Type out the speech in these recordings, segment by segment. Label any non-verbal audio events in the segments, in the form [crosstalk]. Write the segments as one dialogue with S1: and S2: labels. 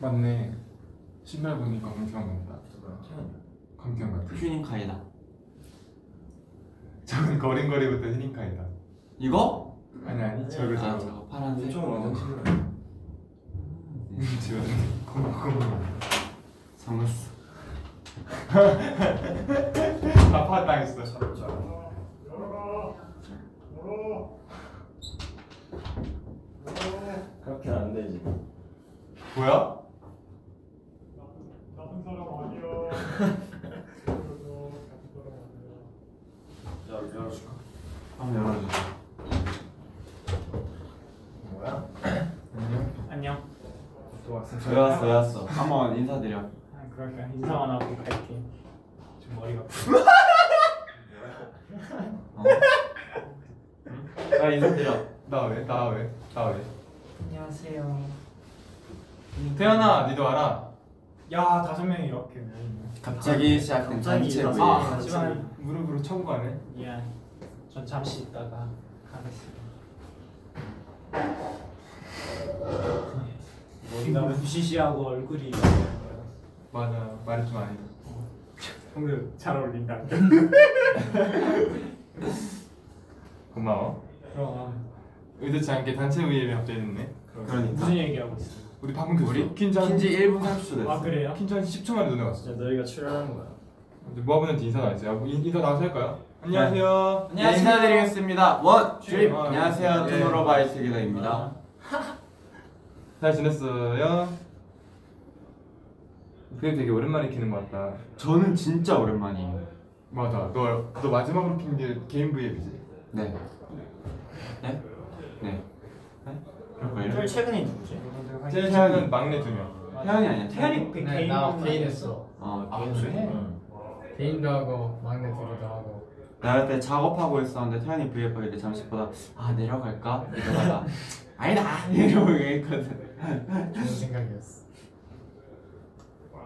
S1: 맞네. 신발 보니까 강경 같다. 강경 같아.
S2: 휴닝카이다
S1: 저건 거린거리부터 히닝카이다.
S2: 이거?
S1: 아니 음. 아니 저거
S2: 아
S1: 저거.
S2: 저거 파란색
S3: 엄청 완전 신기해.
S1: 지금 음, 고마워.
S2: 정했어
S1: 아파 당했어.
S3: 그렇게는 안 되지.
S1: 뭐야?
S4: 나쁜 사람 아니야. 그래서 나쁜 사람 아니야.
S3: 자, 열어줄까?
S2: 한번 열어주세요
S3: 뭐야?
S1: 안녕.
S5: 안녕.
S1: 또 왔어.
S2: 왜 왔어 왜 왔어 한번 인사드려
S5: 아, 그럴까 인사만 하고 갈게. 좀 머리가.
S2: 어. 응? 빨리 인사드려
S1: 나 왜? 나 왜? 나 왜?
S5: 안녕하세요.
S1: 태연아, 니도 알아?
S5: 야 다섯 명이 이렇게 모이네.
S2: 갑자기 시작된
S3: 갑자기
S2: 단체
S3: 일어나.
S2: 부위
S5: 아
S3: 예,
S5: 하지만
S1: 무릎으로 청구하네.
S5: 미안. 전 잠시 있다가 가겠습니다. 머리가 부시시하고 얼굴이
S1: 맞아. 말이 좀 아니다.
S5: 오늘 잘 어울린다.
S1: 고마워.
S5: 그럼
S1: 의도치 않게 단체 회의를 갑자기 했네.
S2: 그러니까
S5: 무슨 얘기하고 있어?
S1: 우리 방금 켰어.
S2: 우리
S1: 킨지 한-
S2: 킨지 1분 30초 됐어
S5: 아 그래요?
S1: 킨지 한 10초 만에 눈에 왔어.
S3: 진짜 너희가 출연하는 거야.
S1: 이제 모아분한테 인사 나왔지. 야, 인- 인사 나와서 할까요? 안녕하세요.
S2: 네, 인사드리겠습니다 원!
S1: 주-
S2: 주립!
S1: 아,
S2: 안녕하세요
S1: 네.
S2: 투모로바이 슬기다입니다
S1: 잘 지냈어요? 그게 되게 오랜만에 키는 것 같다.
S2: 저는 진짜 오랜만이에요
S1: 맞아. 너, 너 마지막으로 킨게 개인 브이앱이지?
S2: 네 네? 네? 네? 그럴
S3: 제일
S2: 걸요?
S3: 최근이 누구지?
S1: 아, 제일 작은 막내 두 명.
S2: 태연이 아니야 태연이
S5: 태연이 그
S6: 네,
S5: 개인
S6: 나
S5: 방송
S6: 개인 했어.
S2: 어
S3: 아,
S2: 태연이.
S1: 네.
S3: 그래?
S6: 개인도 하고 막내 둘이도 하고.
S2: 나 그때 작업하고 있었는데 태연이 브이앱 하길래 잠시 보다 아 내려갈까?
S5: [laughs]
S2: 이러다가 아니다! 이러고 얘기했거든
S6: 좋은 생각이었어.
S5: 어.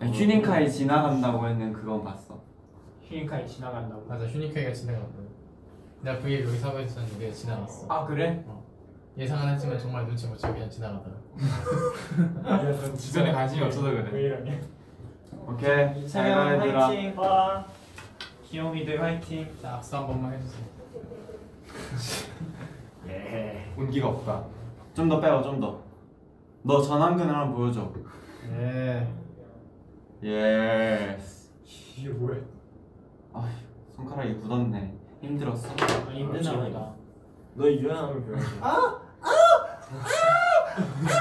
S2: 아니, 휴닝카이 지나간다고 했는 그건 봤어
S5: 휴닝카이 지나간다고.
S6: 맞아, 휴닝카이가 지나갔고. 내가 그게 여기 사고 있었는데 지나갔어.
S5: 아 그래?
S6: 예상은 했지만 정말 눈치 못 채고 그냥 지나가더라.
S1: 주변에 관심이 없어서 그래.
S5: 왜 이러냐?
S2: 오케이 잘 가, 얘들아
S5: 화이팅. 와. 귀요미들 화이팅.
S6: 자, 악수 한 번만 해주세요.
S3: 예.
S1: 온기가 없다.
S2: 좀 더 빼봐 좀더너 전환근을 한번 보여줘
S6: 예.
S2: 예스
S5: 이게 뭐야?
S2: 아 손가락이 묻었네 힘들었어?
S5: 아, 힘드나 보다.
S3: 너희 유연함을 배워야지.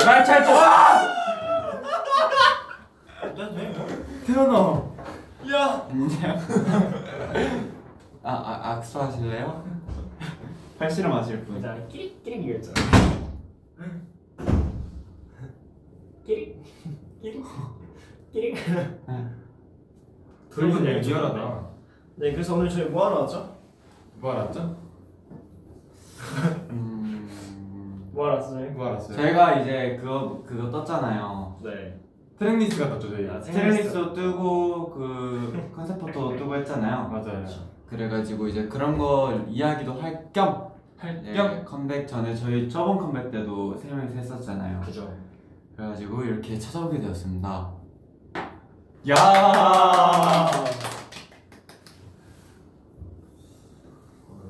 S2: 날잘 좋아!
S1: 태연아.
S2: 안녕 [laughs] 아, 아
S1: [laughs]
S2: 악수하실래요? 팔씨름 하실 분
S5: 나 끼릭끼릭 이랬잖아. 끼릭 끼릭 끼릭.
S3: 둘이
S1: 되게
S3: 되게
S1: 리얼하다.
S3: 네, 그래서 오늘 저희 뭐 하러 왔죠?
S1: 뭐 알았죠?
S2: 음...
S3: 뭐 하러 왔어요? 저희?
S1: 뭐 알았어요?
S2: 제가 이제 그거 그거 떴잖아요.
S3: 네.
S1: 트랙리스가 떴죠 저희.
S3: 아,
S2: 트레이스도 뜨고 그 컨셉 포토도 뜨고 했잖아요.
S1: 맞아요.
S2: 그래가지고 이제 그런 거 이야기도 할겸
S1: 할겸
S2: 컴백 전에 저희 저번 컴백 때도 세 명이서 했었잖아요.
S3: 그죠.
S2: 그래가지고 이렇게 찾아오게 되었습니다.
S1: 야.
S3: 아,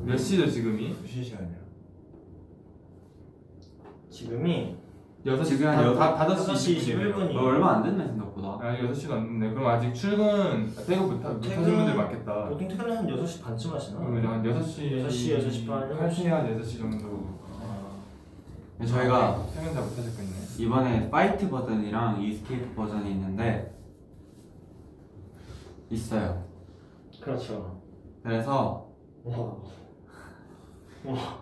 S1: 몇 시죠 지금이?
S3: 무슨 시간이야? 지금이
S1: 여섯 시
S2: 지금 한
S1: 다-
S2: 여섯-
S1: 다- 다섯 시
S3: 5시
S1: 이십 분이에요.
S3: 21분이.
S2: 너 얼마 안 됐네 생각보다.
S1: 아니 여섯 시도 안 됐네. 그럼 아직 출근 퇴근 못 하- 못 하신 분들 많겠다.
S3: 보통 퇴근 한 6시 반쯤 하시나?
S1: 그럼 이제 아, 네, 한 여섯 시
S3: 여섯 시, 여섯 시 반,
S1: 한 시에 한 여섯 시 정도. 아,
S2: 네, 저희가
S1: 퇴근 다못 하실 거 있네.
S2: 이번에 파이트 버전이랑 이스케이프 버전이 있는데 있어요.
S3: 그렇죠.
S2: 그래서
S3: 와.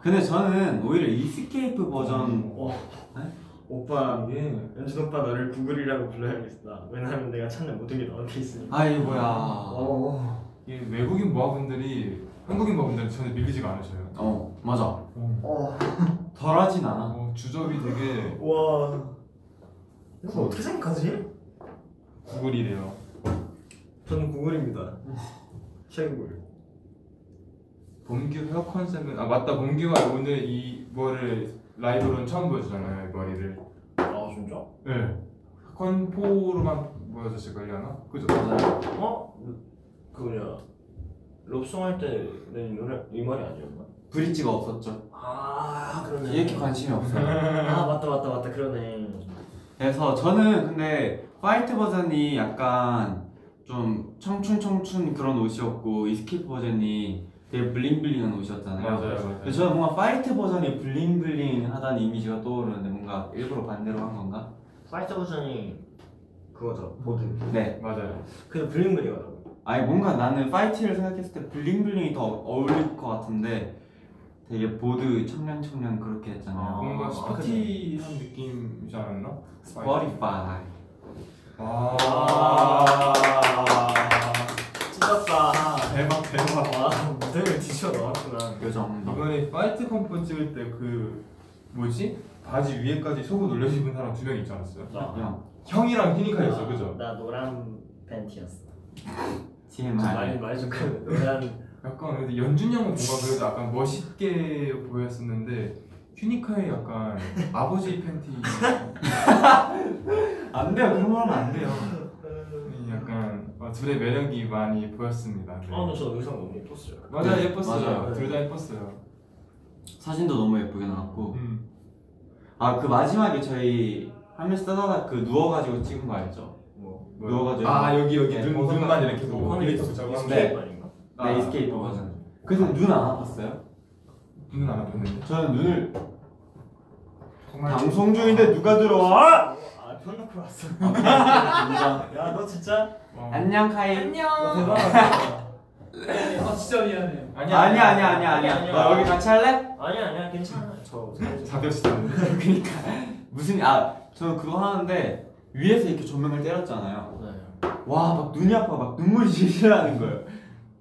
S2: 근데 저는 오히려 이스케이프 버전
S3: 와.
S2: 네?
S3: 오빠,
S1: 이게
S3: 연준 오빠 너를 구글이라고 불러야겠다. 왜냐하면 내가 찾는 모든 게 너한테 있으니까.
S2: 아이 뭐야
S3: 어.
S1: 이게 외국인 모아분들이 한국인 모아분들 전혀 밀리지가 않으셔요.
S2: 어 맞아
S3: 어.
S2: 덜하진 않아
S1: 어, 주접이 되게
S3: 와. 이거 어떻게 생각하지?
S1: 구글이래요.
S3: 저는 구글입니다. 최고예요.
S1: 범규 헤어 컨셉은 아 맞다 범규가 오늘 이 머를 라이브로는 처음 보여주잖아요 이 머리를.
S3: 아 진짜?
S1: 네. 건포로만 모여졌을 걸려나? 그죠?
S2: 맞아요.
S3: 어? 그 뭐냐 롭송 할때내 노래 이 말이 아니었나?
S2: 브릿지가 없었죠.
S3: 아 그러네
S2: 이렇게 관심이 없어요.
S3: 아 맞다 맞다 맞다 그러네
S2: 그래서 저는 근데 화이트 버전이 약간 좀 청춘 청춘 그런 옷이었고 이스키프 버전이 되게 블링블링한 옷이었잖아요.
S1: 맞아요.
S2: 근데 저는 뭔가 파이트 버전이 블링블링하다는 이미지가 떠오르는데 뭔가 일부러 반대로 한 건가?
S3: 파이터 버전이 그거죠 보드
S2: 네.
S1: 맞아요.
S3: 그래서 블링블링하다고
S2: 아니 뭔가 나는 파이트를 생각했을 때 블링블링이 더 어울릴 것 같은데 되게 보드 청량 청량 그렇게 했잖아요. 어,
S1: 뭔가
S3: 아,
S1: 스포티한 느낌이지 않았나?
S2: 스포티파이.
S1: 아,
S3: 찢었다
S1: 대박 대박.
S3: 와 무대를 뒤쳐 나왔구나
S2: 요 정도.
S1: 이번에 파이트 컴포 찍을 때 그 뭐지? 바지 위에까지 속옷 올려 입은 사람 두 명 있지 않았어요?
S3: 나,
S2: 형
S1: 형이랑 희니카였어, 그죠?
S3: 나 노란 팬티였어
S1: 음.
S2: TMI.
S3: 말좀 그 노란
S1: 약간 근데 연준 형은 뭔가 그래도 약간 멋있게 보였었는데 휴니카의 약간 아버지 팬티
S2: 안 돼요. 그런 거 하면 안 돼요.
S1: 약간 어, 둘의 매력이 많이 보였습니다. 네.
S3: 아저 의상 너무 예뻤어요
S1: 맞아
S2: 네,
S1: 예뻤어요.
S2: 맞아요.
S1: 둘 다 예뻤어요.
S2: 사진도 너무 예쁘게 나왔고.
S1: 음.
S2: 아 그 마지막에 저희 하면서 따다닥 그 누워가지고 찍은 거 알죠?
S3: 뭐
S1: 뭐요?
S2: 누워가지고.
S1: 아 여기 여기
S2: 네,
S1: 눈
S2: 벗어나-
S1: 눈만 이렇게 보고
S3: 뭐
S1: 이렇게 붙잡고 하면
S2: 네.
S1: 돼.
S3: 스케이트 아닌가?
S1: 아,
S2: 네 이스케이프 버전. 그래서 눈 안 아팠어요?
S1: 눈안 아팠는데.
S2: 저는 눈을
S1: 정말
S2: 방송 중인데 누가 들어와?
S3: 아편 놓고 왔어
S2: 인정.
S3: 야 너 진짜
S1: 어.
S2: 안녕 카이.
S3: 너 대단하다
S5: 아 진짜 미안해요.
S2: 아니야 아니야 아니야 아니야.
S3: 아니야.
S2: 너 여기 같이 할래? [laughs]
S3: 아니야 아니야 괜찮아 저
S1: 사교시다.
S2: 그러니까 무슨 아 저는 그거 하는데 위에서 이렇게 조명을 때렸잖아요.
S3: 네.
S2: 와 막 눈이 아파 막 눈물이 질질 나는 거예요.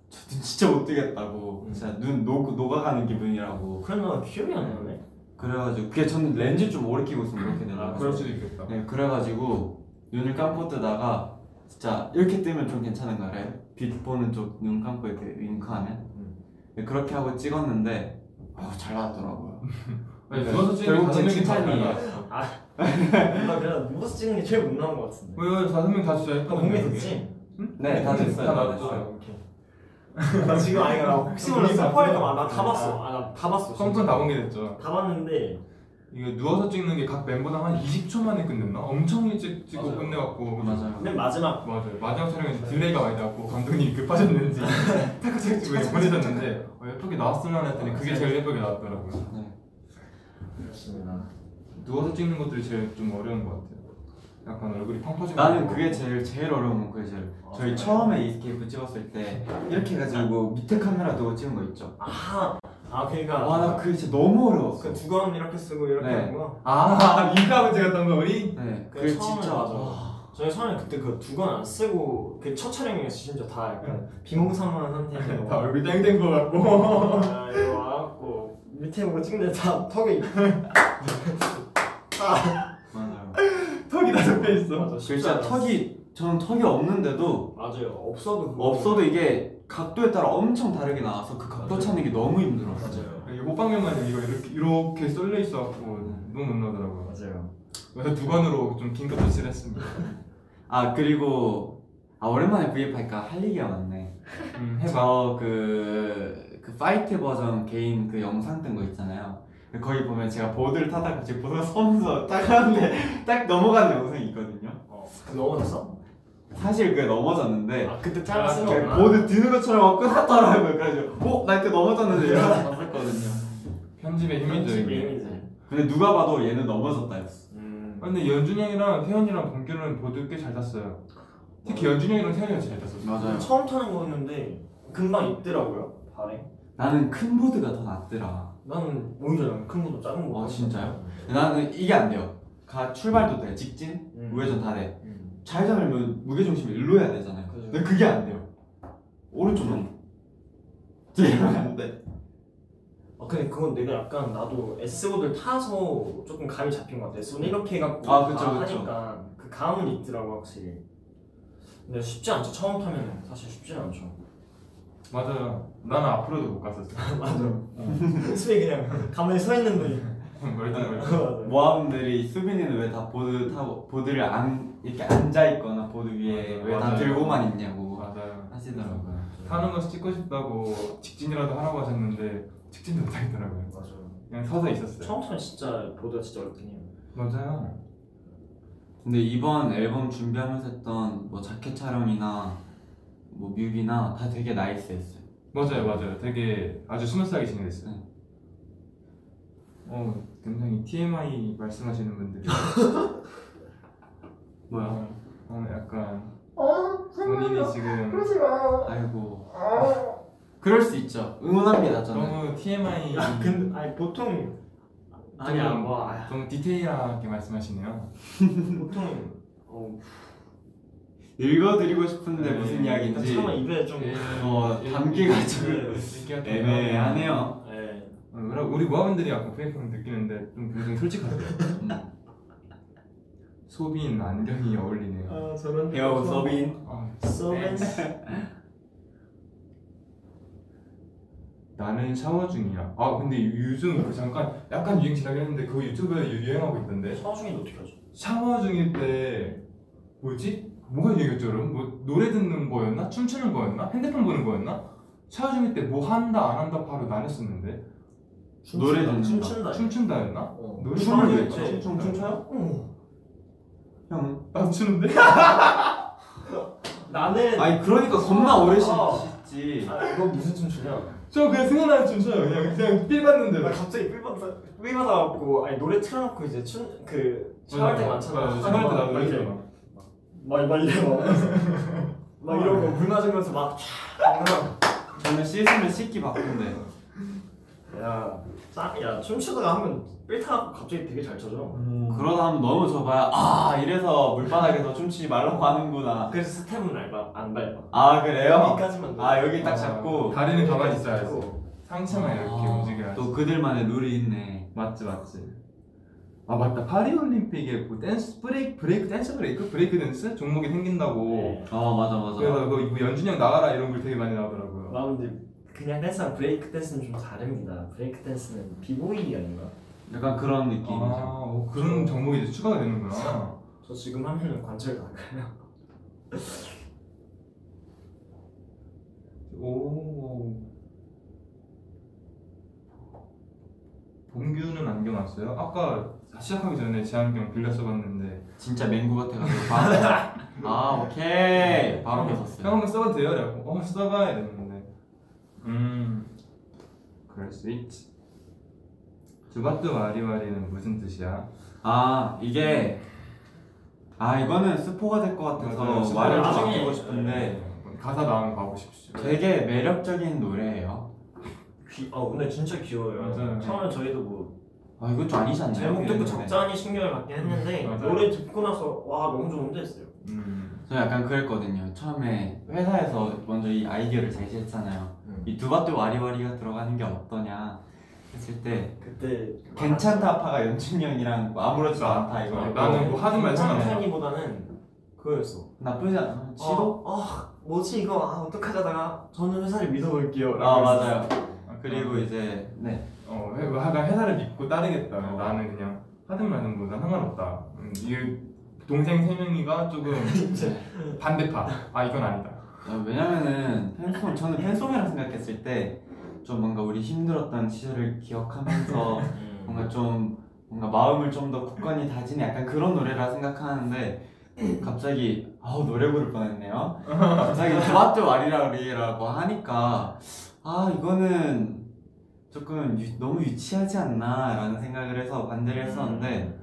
S2: 저 눈 진짜 못 뜨겠다고. 진짜 눈 녹, 녹아가는 기분이라고.
S3: 뭐 그런 거 기억이 안 나네
S2: 그래가지고 그게 저는 렌즈 좀 오래 끼고 있으면 이렇게
S1: 아,
S2: 되더라고요.
S1: 그럴 수도 있겠다.
S2: 네, 그래가지고 눈을 감고 뜨다가 진짜 이렇게 뜨면 좀 괜찮은 거 알아요? 빛 보는 쪽 눈 감고 이렇게 윙크하면 네, 그렇게 하고 찍었는데 아우 잘 나왔더라고요.
S1: 아니, 누워서 찍는
S2: 결국
S1: 다섯
S2: 제
S1: 명이 다
S2: 칭찬이에요.
S1: 달라요.
S3: 나 아, 그냥 누워서 찍는 게 제일 못나온 것 같은데
S1: 왜요? 뭐 다섯 명다 진짜
S3: 나
S1: 예뻤는데.
S3: 몸에
S1: 그게.
S3: 듣지?
S2: 네, 다 됐어요.
S1: 다
S2: 다
S3: 아,
S1: 나왔어요.
S2: 됐어요.
S3: [laughs] 나 지금 아니야 나 혹시 몰라
S1: 눈이
S3: 서퍼에
S1: 나쁘네.
S3: 나다 봤어 아 나 그러니까. 다 봤어
S1: 썸튼 다 보게 됐죠.
S3: 다 봤는데
S1: 이거 누워서 찍는 게 각 멤버당 한 20초 만에 끝냈나? 엄청 일찍 찍고
S3: 맞아요.
S1: 끝내갖고
S2: 맞아요.
S3: 맨 마지막
S1: 맞아요. 마지막 촬영에서 딜레이가 많이 나고 감독님이 급하셨는지 탁탁탁 찍고 이렇게 보내셨는데 어, 예쁘게 나왔으면 했더니 그게 제일 예쁘게 나왔더라고요.
S2: 네.
S3: 그렇습니다
S1: 누워서 찍는 것들이 제일 좀 어려운 것 같아요. 약간 얼굴이 펑퍼지고
S2: 나는 그게 제일 제일 어려운 건 그게 제일 저희 처음에 이스케이프 찍었을 때 이렇게 해가지고 밑에 카메라 두고 찍은 거 있죠.
S3: 아. 아아 그러니까
S2: 와 나 그게 진짜 너무
S3: 그
S2: 어려웠어.
S3: 두건 이렇게 쓰고 이렇게
S2: 네.
S3: 하는 거
S1: 아 민감을 찍었던 거 우리?
S2: 네,
S3: 그게
S2: 그게
S3: 처음에
S2: 진짜
S3: 맞아.
S2: 와.
S3: 저희 처음에 그때 그 두건 안 쓰고 그 첫 촬영이어서 진짜 다 약간 비몽사몽한 상태에서
S1: 다 얼굴 땡땡 거 같고 [laughs]
S3: 아, 이거 와갖고 밑에 보고 찍는데 다 턱이
S2: 맞아요.
S1: 턱이 다 접혀 있어.
S3: 맞아 쉽지
S2: 진짜
S3: 않았어.
S2: 턱이 저는 턱이 없는데도
S3: 맞아요 없어도 그거.
S2: 없어도 이게 각도에 따라 엄청 다르게 나와서 그 각도
S3: 맞아요.
S2: 찾는 게 너무 힘들었어요.
S3: 맞아요
S1: 호빵면만 이거 이렇게 이렇게 쏠려 있어갖고 너무 못 나오더라고요.
S3: 맞아요
S1: 그래서 두 관으로 좀 긴급 조치를 했습니다.
S2: 아 그리고 아 오랜만에 브이앱 하니까 할 얘기가 많네.
S1: 음, 해봐.
S2: 저그그 파이트 버전 개인 그 영상 뜬 거 있잖아요. 거기 보면 제가 보드를 타다가 제 보드가 서면서 딱 하는데 [laughs] 딱 넘어가는 영상이 있거든요.
S3: 어, 그 넘어졌어?
S2: 사실 그게 넘어졌는데
S3: 아 그때
S1: 아,
S3: 잘라 쓴
S2: 그냥
S3: 거구나
S2: 보드 드는 것처럼 막 끝났더라고요. 그래가지고 어나 이때 [laughs] 넘어졌는데 이러면서 봤었거든요.
S3: 아,
S1: 편집의 힘이죠
S3: 편집의
S1: 이게.
S3: 힘이지
S2: 근데 누가 봐도 얘는 넘어졌다였어.
S3: 음
S1: 아, 근데 연준 형이랑 태현이랑 범규는 보드 꽤 잘 탔어요. 특히 연준 형이랑 태현이가 제일 잘 탔어요.
S2: 맞아요.
S3: 처음 타는 거였는데 금방 익더라고요 발에
S2: 나는 큰 보드가 더 낫더라.
S3: 나는 오히려 나는 큰 것도 작은 거
S2: 아, 진짜요? 나는 이게 안 돼요. 가 출발도 돼, 직진,
S3: 음.
S2: 우회전 다 돼.
S3: 음.
S2: 좌회전하면 무게 중심을 일로 해야 되잖아요.
S3: 그죠.
S2: 근데 그게 안 돼요. 오른쪽은 되게 안 돼.
S3: 아 근데 그건 내가 약간 나도 S보드를 타서 조금 감이 잡힌 것 같아. S보드 이렇게 해갖고
S2: 아, 그쵸,
S3: 다
S2: 그쵸.
S3: 하니까 그 감은 있더라고 확실히. 근데 쉽지 않죠. 처음 타면 사실 쉽지 않죠.
S2: [laughs]
S1: 맞아요. 나는 [laughs] 앞으로도 못 갔었어.
S3: [laughs]
S2: [laughs]
S3: 맞아. 수에 그냥 가만히 서 있는데.
S1: 멀쩡멀쩡.
S3: 맞아.
S2: 모아분들이 수빈이는 왜 다 보드 타고 보드를 안 이렇게 앉아 있거나 보드 위에 왜 다
S1: 맞아요.
S2: 들고만 있냐고
S1: [laughs] 맞아요.
S2: 하시더라고요.
S1: 타는 거 찍고 싶다고 직진이라도 하라고 하셨는데 직진도 못 하겠더라고요.
S3: 맞아요.
S1: 그냥 서서
S2: 네.
S1: 있었어요.
S3: 처음부터 진짜 보드가 진짜 어렵긴 해요.
S1: 맞아요.
S2: 근데 이번 앨범 준비하면서 했던 뭐 자켓 촬영이나 뭐 뮤비나 다 되게 나이스했어요.
S1: 맞아요, 맞아요. 되게 아주 스무스하게 진행됐어요.
S2: 네.
S1: 어, 굉장히 TMI 말씀하시는
S2: [laughs]
S1: 분들이
S2: 뭐야?
S1: 어, 약간
S4: 어?
S1: 본인이 지금
S4: 그러지 마.
S2: 아이고
S4: 아.
S2: 그럴 수 있죠. 응원합니다 저는.
S1: 너무 TMI
S2: 음.
S3: 근데 아니 보통
S1: 아니, 안
S3: 봐.
S1: 너무 디테일하게 말씀하시네요.
S3: 보통 어,
S2: 읽어드리고 싶은데
S1: 네. 그러니까
S2: 무슨 이야기인지
S3: 잠깐만 입에 좀 네.
S2: 어
S1: 그
S2: 단계가 지금
S1: 얘기가 예. 좀
S2: 애매하네요.
S3: 예.
S1: 어, 뭐라- 우리 모아분들이 약간 페이크함 느끼는데 좀 굉장히 솔직하세요.
S2: 음.
S1: 소빈 안경이 어울리네요.
S5: 아 저런
S2: 헤어 서빈.
S1: 아,
S3: 서비스
S1: 나는 샤워 중이야. 아 근데 요즘 그 잠깐 약간 유행 지나긴 했는데 그거 유튜브에 유- 유행하고 있던데
S3: 샤워 중인데 어떻게 하죠?
S1: 샤워 중일 때 뭐지? 뭐가 유행했죠 여러분? 뭐 노래 듣는 거였나? 춤추는 거였나? 핸드폰 보는 거였나? 샤워 중일 때 뭐 한다 안 한다 바로 나눴었는데
S2: 노래 듣는다.
S3: 춤춘다.
S1: 춤춘다였나?
S3: 어.
S1: 노래
S3: 춤을
S1: 춤을
S3: 왜
S1: 왜
S3: 춰?
S1: 춰? 춤춰요?
S3: 응.
S2: 형.
S1: 나 추는데? [laughs]
S3: 나는
S2: 아니 그러니까 겁나 오래
S3: 어.
S2: 신지.
S3: 아, 이거 무슨 춤추냐?
S1: 저 그냥 생각나는 춤 춰요 그냥 그냥 필 봤는데
S3: 나 갑자기 삘받아 삘받아갖고 아니 노래 틀어놓고 이제 춤그 샤워할 때 많잖아.
S1: 샤워할 때 나도
S3: 이렇게
S1: 이렇게
S3: 막 말려 막, [laughs] 막 이런 거물 맞으면서 막 촥!
S2: 저는 씻으면 씻기 바쁜데.
S3: 야, 짱, 야 춤추다가 하면 삘타갖고 갑자기 되게 잘 쳐져
S1: 음.
S2: 그러다 하면 너무 좁아요. 아 이래서 물바닥에서 춤추지 말라고 하는구나.
S3: 그래서 스텝은 알바, 안 밟아
S2: 아 그래요?
S3: 여기까지만
S2: 아 여기 딱 잡고.
S1: 다리는 가만히 있어야지
S3: 고
S1: 상체만 이렇게
S2: 아,
S1: 움직여야지
S2: 또 그들만의 룰이 있네.
S1: 맞지 맞지. 아 맞다 파리올림픽에 뭐 댄스 브레이크 브레이크 댄스 브레이크 브레이크 댄스 종목이
S3: 네.
S1: 생긴다고.
S2: 아 맞아 맞아.
S1: 그래서 그뭐 연준이 형 나가라 이런 글 되게 많이 나오더라고요.
S3: 나 아, 근데 그냥 댄스랑 브레이크 댄스는 좀 다릅니다 브레이크 댄스는 비보이 아닌가?
S2: 약간 그런
S1: 아
S2: 느낌이죠.
S1: 어, 그런 종목이 이제 추가가 되는구나.
S3: 저 지금 하면 관절 나가요 [laughs]
S1: 오. 봉규는 안경 안 써요? 아까 시작하기 전에 제 안경 빌려 써봤는데
S2: 진짜 맹구 같아가지고. 바로- 아 오케이. 바로
S1: 형
S2: 벗었어요.
S1: 한번 써봐도 돼요? 라고 어 써봐 이랬는데 음 그럴 수 있지 두바뚜 와리와리는 무슨 뜻이야?
S2: 아 이게 아 이거는 스포가 될 것 같아서
S1: 맞아요.
S2: 말을 좀
S3: 나중에-
S2: 아끼고 싶은데
S1: 어, 가사 나오면 가보십시오
S2: 되게 매력적인 노래예요.
S3: 귀, 아 근데 진짜 귀여워요
S1: 맞아요. 네.
S3: 처음에 저희도 뭐
S2: 아 이건 좀 아니지 않나요? 네.
S3: 제목 듣고
S2: 이랬는데.
S3: 적잖이 신경을 받긴 했는데
S1: 네, 맞아요.
S3: 노래 듣고 나서 와 너무 좋은데 했어요
S1: 음,
S2: 저 약간 그랬거든요. 처음에 회사에서 먼저 이 아이디어를 제시했잖아요.
S3: 음.
S2: 이 두바뚜 와리와리가 들어가는 게 어떠냐 했을 때
S3: 그때
S2: 괜찮다 파가 연준이 형이랑 뭐 아무렇지도 않다 이거
S1: 아, 나는 뭐 하든 말든 안 해요.
S3: 괜찮다기보다는 그거였어
S2: 나쁘지 않아. 시도?
S3: 어, 아, 뭐지 이거 아 어떡하자다가 저는 회사를 믿어볼게요 라고
S2: 아
S3: 했어.
S2: 맞아요. 그리고 이제 네
S1: 어, 회- 뭐 약간 회사를 믿고 따르겠다 나는 그냥 하든 말든 뭐난 상관없다 음, 이 동생 세 명이가 조금 반대파 아 이건 아니다
S2: 어, 왜냐면은 팬송 저는 팬송이라 생각했을 때 좀 뭔가 우리 힘들었던 시절을 기억하면서
S3: 음.
S2: 뭔가 좀 뭔가 마음을 좀 더 굳건히 다지는 약간 그런 노래라 생각하는데 갑자기 아우 노래 부를 뻔했네요. [laughs] 갑자기 두바뚜 와리라리라고 하니까 아 이거는 조금 유- 너무 유치하지 않나라는 생각을 해서 반대를 했었는데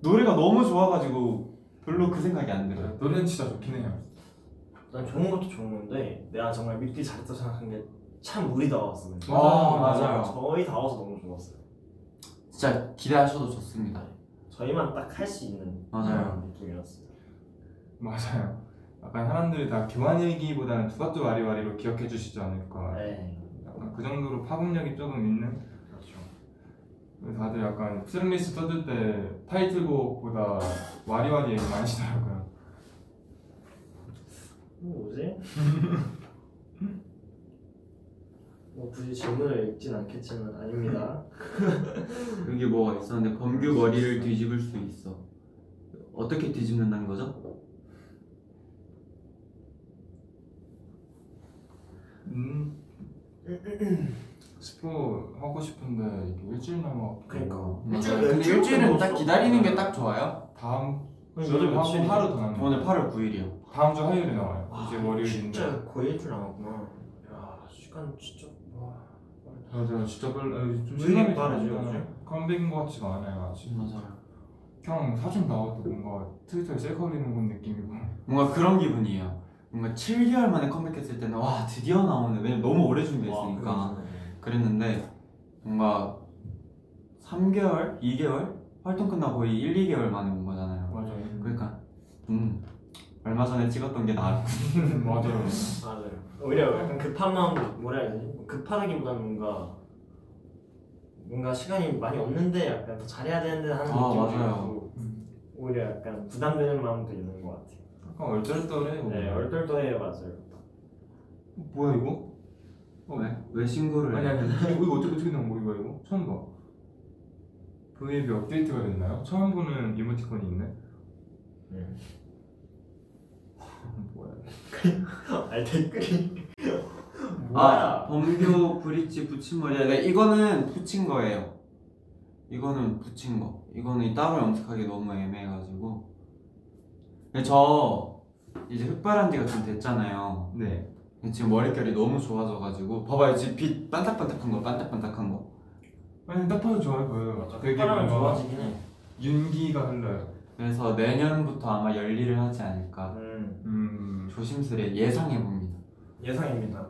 S2: 노래가 너무 좋아가지고 별로 그 생각이 안 들어요.
S1: 노래는 진짜 좋긴 해요
S3: 난 좋은 것도 좋은 건데 내가 정말 밉디 잘했다 생각한 게 참 우리 다웠어요.
S2: 아, 맞아요.
S3: 저희 다워서 너무 좋았어요.
S2: 진짜 기대하셔도 좋습니다.
S3: 저희만 딱 할 수 있는
S2: 맞아요.
S3: 그런 느낌이었어요.
S1: 맞아요 약간 사람들이 다 교환 일기보다는 두바뚜 와리와리로 기억해 주시지
S2: 아.
S1: 않을까
S3: 네.
S1: 약간 그 정도로 파급력이 조금 있는
S3: 그렇죠.
S1: 다들 약간 트랙리스트 써줄 때 타이틀곡보다 와리와리 얘기 많이 하시더라고요
S2: [laughs]
S3: 이거 뭐지? 뭐 굳이 질문을 읽진 않겠지만 아닙니다.
S2: 여기 뭐가 있었는데 범규 머리를 뒤집을 수 있어. 어떻게 뒤집는다는 거죠?
S1: 음. 스포 하고 싶은데 이게 일주일 남아
S3: 그러니까.
S2: 맞아요. 근데 네, 일주일은 딱 기다리는 게 딱 좋아요.
S1: 다음
S3: 그러니까
S1: 주에 하고
S3: 며칠이야?
S1: 하루 더 남는
S2: 오늘 8월 9일이요.
S1: 다음 주 화요일에 나와요
S3: 아,
S1: 이제 월요일인데
S3: 진짜 거의 일주일 남았구나. 야 시간 진짜 와.
S1: 맞아요 진짜 빨리 아, 좀
S3: 왜
S1: 시간이
S3: 이렇게 음. 빠르지,
S1: 좀
S3: 그치?
S1: 컴백인 것 같지가 않아요 아직
S2: 맞아요.
S1: 그냥 사진 나와도 뭔가 트위터에 셀카 올리는 건 느낌이고 [laughs]
S2: 뭔가 그런 기분이에요. 뭔가 7개월 만에 컴백했을 때는 와 드디어 나오네. 왜냐면 너무 오래 준비했으니까. 그랬는데 뭔가 3개월, 2개월 활동 끝나고 거의 1, 2개월 만에 온 거잖아요.
S3: 맞아요.
S2: 그러니까 음 얼마 전에 찍었던 게 나아.
S1: 맞아요
S3: 맞아요. 오히려 약간 급한 마음 뭐라 해야 되지? 급하다기보다는 뭔가 뭔가 시간이 많이 없는데 약간 더 잘해야 되는데 하는
S2: 아,
S3: 느낌이
S2: 맞아요.
S3: 들고
S1: 음.
S3: 오히려 약간 부담되는 마음도 있는 것 같아요.
S1: 약간 얼떨떨해
S2: 음.
S1: 뭔가.
S3: 네, 얼떨떨해요, 맞아요. [laughs]
S1: 뭐야 이거? 어,
S2: 왜? 왜
S3: 네.
S2: 신고를?
S1: 아니
S2: 해?
S1: 아니 아니. 이거 어떻게 어떻게 나온 거 이거 이거? 처음 봐 브이앱이 업데이트가 됐나요? 처음 보는 이모티콘이 있네
S3: 네.
S1: [laughs] 뭐야
S2: [laughs]
S3: 아, 댓글이
S2: 아
S3: 뭐야?
S2: 범규 브릿지 붙임머리야. 네, 이거는 붙인 거예요. 이거는 붙인 거. 이거는 따로 염색하기 너무 애매해가지고. 근데 저 이제 흑발한 지가 좀 됐잖아요.
S1: 네
S2: 근데 지금 머릿결이 너무 좋아져가지고 봐봐요 지금 빛 반짝반짝한 거 반짝반짝한 거
S1: 아니 딱 봐도 좋아요 보여요 되게
S3: 흑발하면
S1: 뭔가
S3: 좋아지긴 해.
S1: 윤기가 흘러요
S2: 그래서 내년부터 아마 열일을 하지 않을까
S3: 음,
S1: 음
S2: 조심스레 예상해봅니다
S3: 예상입니다.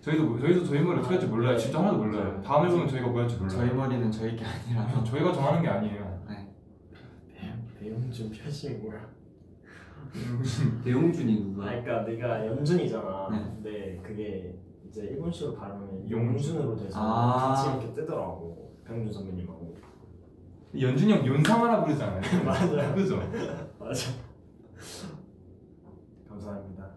S1: 저희도 모- 저희도 저희 머리 어떻게 할지 몰라요 진짜 하나도 몰라요 다음 앨범은 저희가 뭐 할지 몰라요
S2: 저희 머리는 저희 게
S1: [laughs]
S2: 아니라서
S1: 저희가 정하는 게 아니에요
S3: 배용준 표심이 뭐야?
S2: 대용준이
S3: 아,
S2: 누구야?
S3: 그러니까 내가 연준이잖아.
S2: 네.
S3: 근데 그게 이제 일본식으로 발음하면
S1: 용준.
S3: 용준으로 돼서
S2: 아.
S3: 같이 이렇게 뜨더라고. 병준 [laughs] 선배님하고.
S1: 연준이 형 윤상하라 부르잖아요
S3: 맞아요.
S1: 그죠?
S3: 맞아. 감사합니다.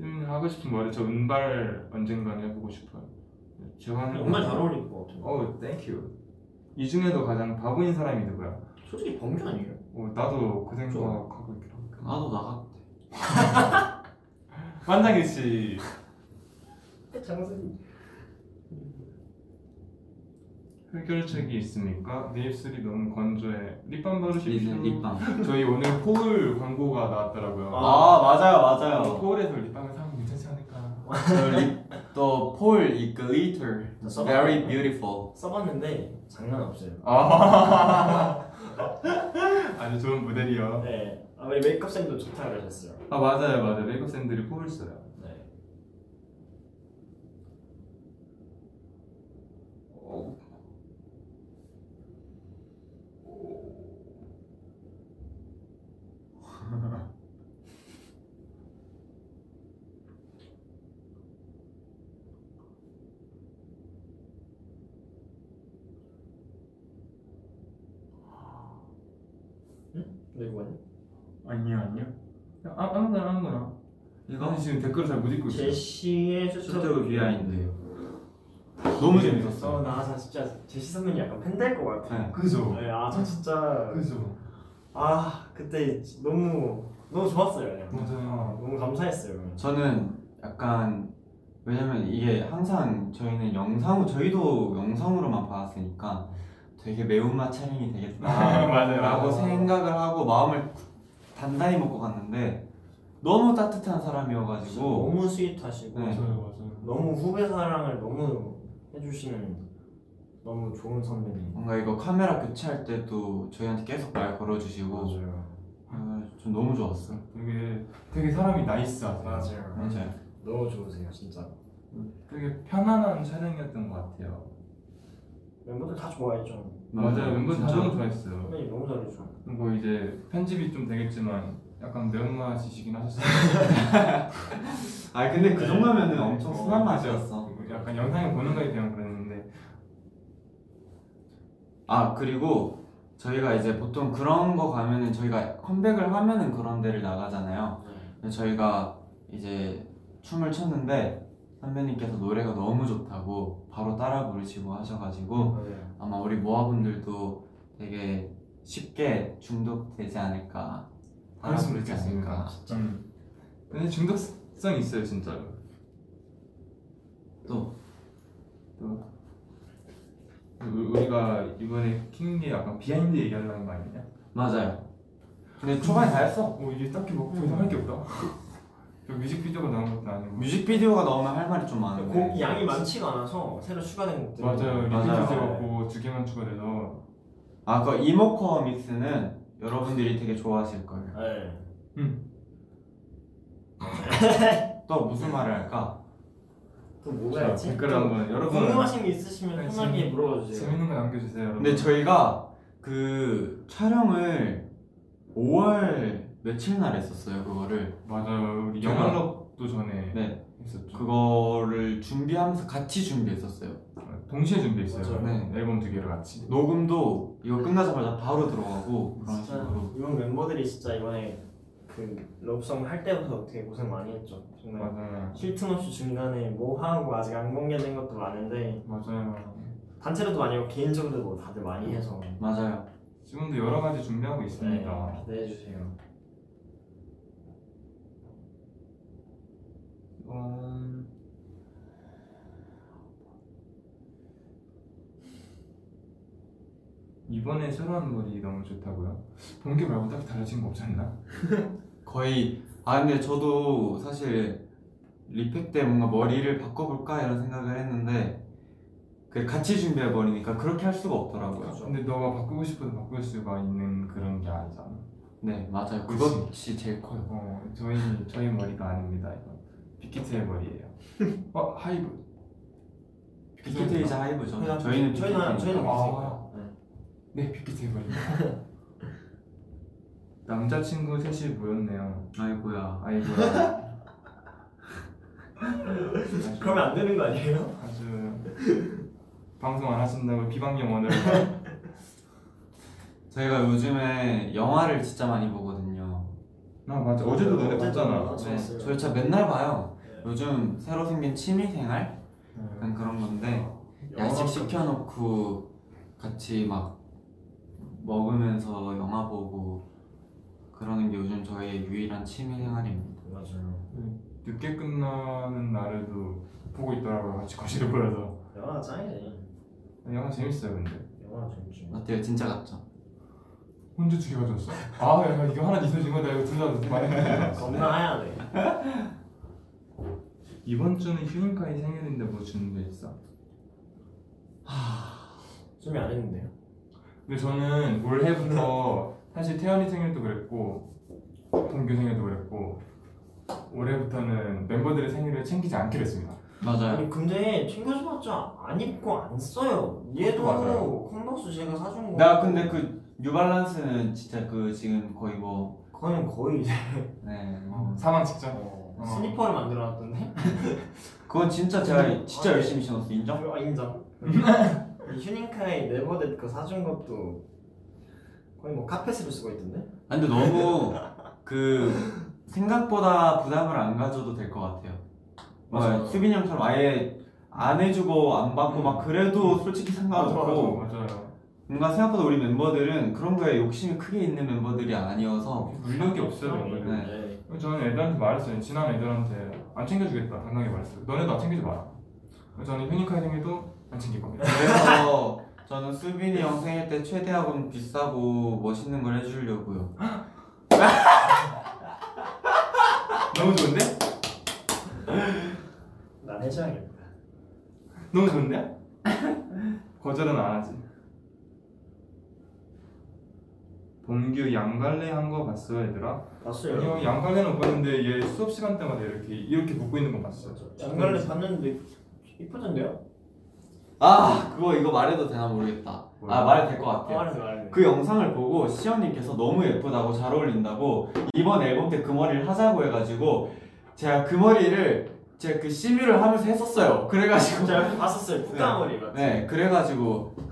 S1: 음, 하고 싶은 머리 저 은발 언젠간 해보고 싶어요. 제가 하는
S3: 정말 잘 어울릴 것 같아요.
S1: 어우, 땡큐. 이 중에도 가장 바보인 사람이 누구야?
S3: 솔직히 범규 아니에요?
S1: 어, 나도 그 생각하고 있긴 하고.
S2: 나도 나가
S1: 만장일 씨.
S3: 장선이.
S1: 해결책이 있습니까? 내 입술이 너무 건조해. 립밤 바르십시오.
S2: 리는 립밤
S1: 저희 오늘 포울 광고가 나왔더라고요.
S2: 아 맞아요
S1: 어,
S2: 맞아요
S1: 포울에서 립밤을 사면 괜찮지 않을까?
S2: 저립또폴 이글리터 very beautiful
S3: 써봤는데 장난 없어요.
S1: 아. [laughs] 아주 좋은 모델이요.
S3: 네. 아 우리 메이크업 쌤도 좋다 그러셨어요.
S1: 아 맞아요 맞아요. 메이크업 쌤들이 포울 써요.
S3: 네. 어. [laughs] 응? 네, 이거 아니야?
S1: 아니요 아니요 아, 아무거나 아무거나
S2: 이거
S1: 나는 지금 댓글을 잘 못 읽고 있어요
S3: 제시의
S2: 스스로
S3: 스스로
S2: 비하인드예요 너무 재밌었어
S3: 어, 나저 진짜 제시 선배님 약간 팬될 것 같아.
S2: 네.
S1: 그죠
S3: 네, 아저 진짜
S1: 그죠
S3: 아 그때 너무 너무 좋았어요. 그냥.
S1: 맞아요
S3: 너무 감사했어요.
S2: 저는 약간 왜냐면 이게 항상 저희는 영상으로 저희도 영상으로만 봐왔으니까 되게 매운맛 촬영이
S1: 아,
S2: 되겠다
S1: [laughs] 맞아요.
S2: 라고 생각을 하고 마음을 단단히 먹고 갔는데 너무 따뜻한 사람이어가지고
S3: 너무 스윗하시고
S2: 네.
S1: 맞아요
S3: 너무 후배 사랑을 너무 해주시는 너무 좋은 선배님.
S2: 뭔가 이거 카메라 교체할 때도 저희한테 계속 말 걸어주시고
S3: 맞아요.
S2: 아, 전 너무 좋았어요
S1: 되게 되게 사람이 나이스하세요
S3: 맞아요.
S2: 네. 맞아요
S3: 너무 좋으세요 진짜.
S1: 되게 편안한 촬영이었던 것 같아요
S3: 멤버들 다 좋아했죠.
S1: 맞아요 멤버 다
S2: 네. 진짜.
S1: 너무 좋아했어요
S3: 선배님 너무 잘해주셔.
S1: 뭐 이제 편집이 좀 되겠지만 약간 매운맛이시긴 하셨어요
S2: 아 근데 그 정도면은 엄청
S1: 어,
S2: 순한 맛이었어
S1: 약간 영상에 보는 거에 비하면 그랬는데
S2: 아 그리고 저희가 이제 보통 그런 거 가면은 저희가 컴백을 네. 하면은 그런 데를 나가잖아요. 근데 저희가 이제 춤을 췄는데 선배님께서 노래가 너무 좋다고 바로 따라 부르시고 하셔가지고
S1: 네.
S2: 아마 우리 모아분들도 되게 쉽게 중독되지 않을까 따라
S1: 그랬으면
S2: 부르지
S1: 좋겠습니다.
S2: 않을까
S1: 음. 근데 중독성이 있어요 진짜로.
S2: 또
S1: 또 우- 우리가 이번에 킹리 약간 비하인드 얘기하려는 거 아니냐?
S2: 맞아요 근데 초반에 다 했어
S1: 어 이게 딱히 뭐 더 이상 할게 없다. [laughs] 저 뮤직비디오가 나온 것도 아니고.
S2: 뮤직비디오가 나오면 할 말이 좀 많은데
S1: 그
S3: 곡 양이 많지가 않아서 새로 추가된 네. 곡들
S1: 맞아요. 리필
S2: 맞아요.
S1: 주제갖고 두 개만 추가돼서.
S2: 아, 그 이모커 믹스는 여러분들이 되게 좋아하실 거예요.
S3: 네.
S2: 또 무슨 말을 할까?
S3: 또 뭐가 있지?
S1: 그렇죠. 댓글 한번 여러분
S3: 궁금하신 게 있으시면
S1: 네,
S3: 편하게
S1: 재밌-
S3: 물어봐 주세요.
S1: 재밌는 거 남겨주세요.
S2: 근데 저희가 그 촬영을 5월 며칠 날 했었어요, 그거를.
S1: 맞아요. 우리
S2: 제가-
S1: 영화롭도 전에
S2: 네,
S1: 했었죠.
S2: 그거를 준비하면서 같이 준비했었어요.
S1: 동시에 준비했어요.
S3: 맞아요.
S2: 네.
S1: 앨범 두 개를 같이.
S2: 녹음도 이거 끝나자마자 바로 들어가고 그런
S3: 진짜
S2: 식으로.
S3: 아, 이번 멤버들이 진짜 이번에 그 러브송 할 때부터 되게 고생 많이 했죠. 정말
S1: 맞아요.
S3: 쉴 틈 없이 중간에 뭐 하고 아직 안 공개된 것도 많은데
S1: 맞아요.
S3: 단체로도 아니고 개인적으로도 뭐 다들 많이 해서
S2: 맞아요.
S1: 지금도 여러 가지 준비하고 있습니다.
S3: 네, 기대해 주세요.
S1: 음, 이번에 새로 운 물이 너무 좋다고요? 본게 말고 딱히 달라진 거 없지 않나?
S2: 거의, 아, 근데 저도 사실 리팩 때 뭔가 머리를 바꿔볼까 이런 생각을 했는데 그 같이 준비해버리니까 그렇게 할 수가 없더라고요.
S3: 그렇죠.
S1: 근데 너가 바꾸고 싶어도 바꿀 수가 있는 그런 게 아니잖아.
S2: 네 맞아요
S1: 그치.
S2: 그것이 제일 커요
S1: 어, 저희 저희 머리가 아닙니다. 이건 빅키트의 머리예요. 어 하이브.
S2: 빅키트이자 하이브죠
S3: 그냥
S2: 저희는
S3: 저희는 저희는
S2: 빅히트입니다.
S1: 아. 네 빅키트의 머리입니다. [laughs] 남자친구 셋이 모였네요. [laughs]
S2: 아이고야
S1: 아이고야.
S3: 그러면 안 되는 거 아니에요?
S1: 아주 방송 안 하신다고 비방용언을
S2: 저희가 요즘에 영화를 진짜 많이 보거든요
S1: 아 맞아 어제도 너네 봤잖아
S3: 어제도 봤어요.
S2: 저희 진짜 맨날 봐요
S3: 네.
S2: 요즘 새로 생긴 취미생활?
S1: 네.
S2: 약간 그런 건데 야식 시켜놓고 같이 막 먹으면서 영화 보고 그러는 게 요즘 저희의 유일한 취미생활입니다
S3: 맞아요.
S1: 늦게 끝나는 날에도 보고 있더라고요 같이 거실에 보여서
S3: 영화 짱이네.
S1: 영화 재밌어요 근데
S3: 영화 재밌지.
S2: 어때요? 진짜 같죠?
S1: 혼자 두 개 가져왔어? 아 야, 야, 이거 하나 있어진 거다 이거 둘다 많이 가져왔어. [laughs]
S3: 겁나 해야 돼.
S1: 이번 주는 휴닝카이 생일인데 뭐 주는 게 있어?
S3: 준비 안 했는데요.
S1: 근데 저는 올해부터 사실 태연이 생일도 그랬고 동규 생일도 그랬고 올해부터는 멤버들의 생일을 챙기지 않기로 했습니다
S2: 맞아요
S3: 아니 근데 챙겨줘봤자 안 입고 안 써요. 얘도
S1: 맞아요.
S3: 컨버스 제가 사준 거.
S2: 나 근데 그 뉴발란스는 진짜 그 지금 거의 뭐
S3: 그거는 거의 이제
S2: 네, 뭐
S1: 사망 직전
S3: 어, 슬리퍼를 만들어놨던데.
S2: 그건 진짜 제가 진짜
S3: 아, 네.
S2: 열심히 신었어 인정?
S3: 아 인정. 이 휴닝카의 네버댓 그 사준 것도 거의 뭐 카펫으로 쓰고 있던데.
S2: 아, 근데 너무 그 생각보다 부담을 안 가져도 될 것 같아요.
S1: 맞아요.
S2: 뭐 수빈이 형처럼 아예 안 해주고 안 받고
S1: 음.
S2: 막 그래도 솔직히 상관없고
S1: 맞아, 맞아요.
S2: 뭔가 생각보다 우리 멤버들은 그런 거에 욕심이 크게 있는 멤버들이 아니어서
S1: 물력이 없어요, 멤버들.
S2: 네.
S3: 네.
S1: 저는 애들한테 말했어요. 지난 애들한테 안 챙겨주겠다. 당당히 말했어요. 너네도 안 챙기지 마라. 저는 휴닝카이 생일도 안 챙길 겁니다.
S2: 그래서
S1: [laughs]
S2: 저는 수빈이 형 생일 때 최대한 비싸고 멋있는 걸 해주려고요.
S1: 너무 좋은데?
S3: 난 해줘야겠다.
S1: 너무 좋은데? 거절은 안 하지. 범규 양갈래 한 거 봤어요, 얘들아? 아니,
S3: 봤어요.
S1: 형 양갈래는 못 봤는데 얘 수업 시간 때마다 이렇게 이렇게 묶고 있는 거 봤어요.
S3: 장관을 봤는데 이쁘던데요?
S2: 아 그거 이거 말해도 되나 모르겠다. 아 말해도 될 것 같아요.
S3: 말해 말해.
S2: 그 영상을 보고 시연님께서 너무 예쁘다고 잘 어울린다고 이번 앨범 때 그 머리를 하자고 해가지고 제가 그 머리를 제가 그 시뮤를 하면서 했었어요. 그래가지고
S3: 제가 옆에 봤었어요. 푸카머리 맞지?
S2: 네 그래가지고
S1: 음.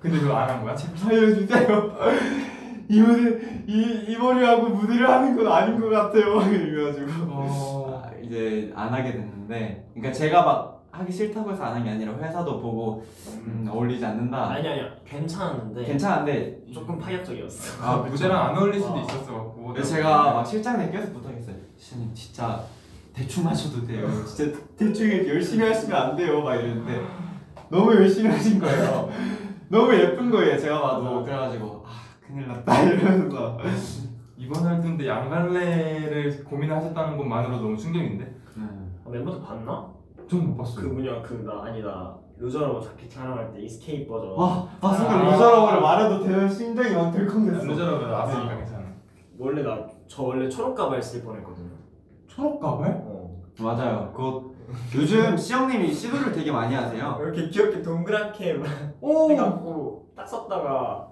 S1: 근데 그거 안 한 거야?
S2: 제발 살려주세요. [laughs] 이 머리 [laughs] 이, 이 머리하고 무대를 하는 건 아닌 것 같아요. 이래가지고
S1: 어...
S2: 아, 이제 안 하게 됐는데 그러니까 제가 막 하기 싫다고 해서 안 한 게 아니라 회사도 보고 음, 어울리지 않는다
S3: 아니 네. 아니야 괜찮았는데
S2: 괜찮은데
S3: 조금 파격적이었어
S1: 아 무대랑 안 어울릴 수도
S3: 어.
S1: 있었어 갖고
S2: 그래서 제가 막 실장님 께서 부탁했어요 실장님 진짜 대충 하셔도 돼요
S1: 음.
S2: 진짜 대충 열심히 하시면 안 돼요 막 이랬는데
S1: 음.
S2: 너무 열심히 하신 거예요 너무 예쁜 거예요 제가
S1: 음.
S2: 봐도 그래가지고 아 큰일 났다 [laughs] 이러면서
S1: 이번 활동 때 양갈래를 고민하셨다는 것만으로 너무 충격인데 음.
S3: 아, 멤버들 봤나?
S1: 전 못
S3: 그
S1: 봤어요
S3: 뭐냐 그 나 아니다 루저라고 자켓 촬영할 때 이스케이프 버전
S2: 아, 아 순간
S1: 아.
S2: 루저라고 말해도 되는 심장이 막 덜컹댔어
S1: 루저라고
S3: 아.
S1: 나왔으니까 괜찮아
S3: 원래 나 저 원래 초록 가발 쓸 뻔했거든요
S1: 초록 가발?
S3: 어.
S2: 네. 맞아요 그거 요즘 시영님이 시도를 되게 많이 하세요
S3: 어. 이렇게 귀엽게 동그랗게 막
S1: 오!
S3: 생각으로 딱 썼다가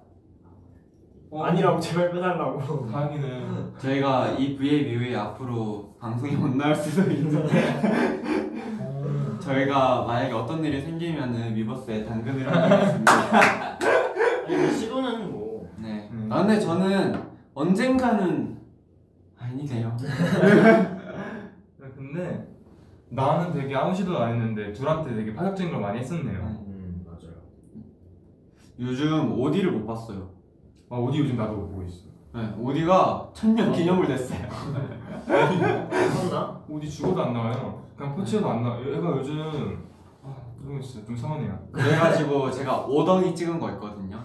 S3: 아니라고 제발 빼달라고
S1: 어, 다행이네
S2: 저희가 이 V앱 이후에 앞으로 방송이 못 나올 수도 있는데
S1: 어.
S2: 저희가 만약에 어떤 일이 생기면은 미버스에 당근을 하겠습니다.
S3: 아니 뭐 시도는 뭐
S2: [laughs] 네.
S1: 음.
S2: 아, 근데 저는 언젠가는 아니네요.
S1: 근데 나는 되게 아무 시도도 안 했는데 둘한테 되게 파격적인 걸 많이 했었네요
S3: 음 맞아요
S2: 요즘 오디를 못 봤어요.
S1: 아 어디 요즘 나도 보고 있어
S2: 네, 오디가 천년 기념을 [laughs] 됐어요.
S3: 썼나?
S1: 어디 죽어도 안 나와요 그냥 포치해도 안 나와 얘가 요즘 아 이거 진짜 좀 서운해요
S2: 그래가지고 제가 오덩이 찍은 거 [laughs] 있거든요.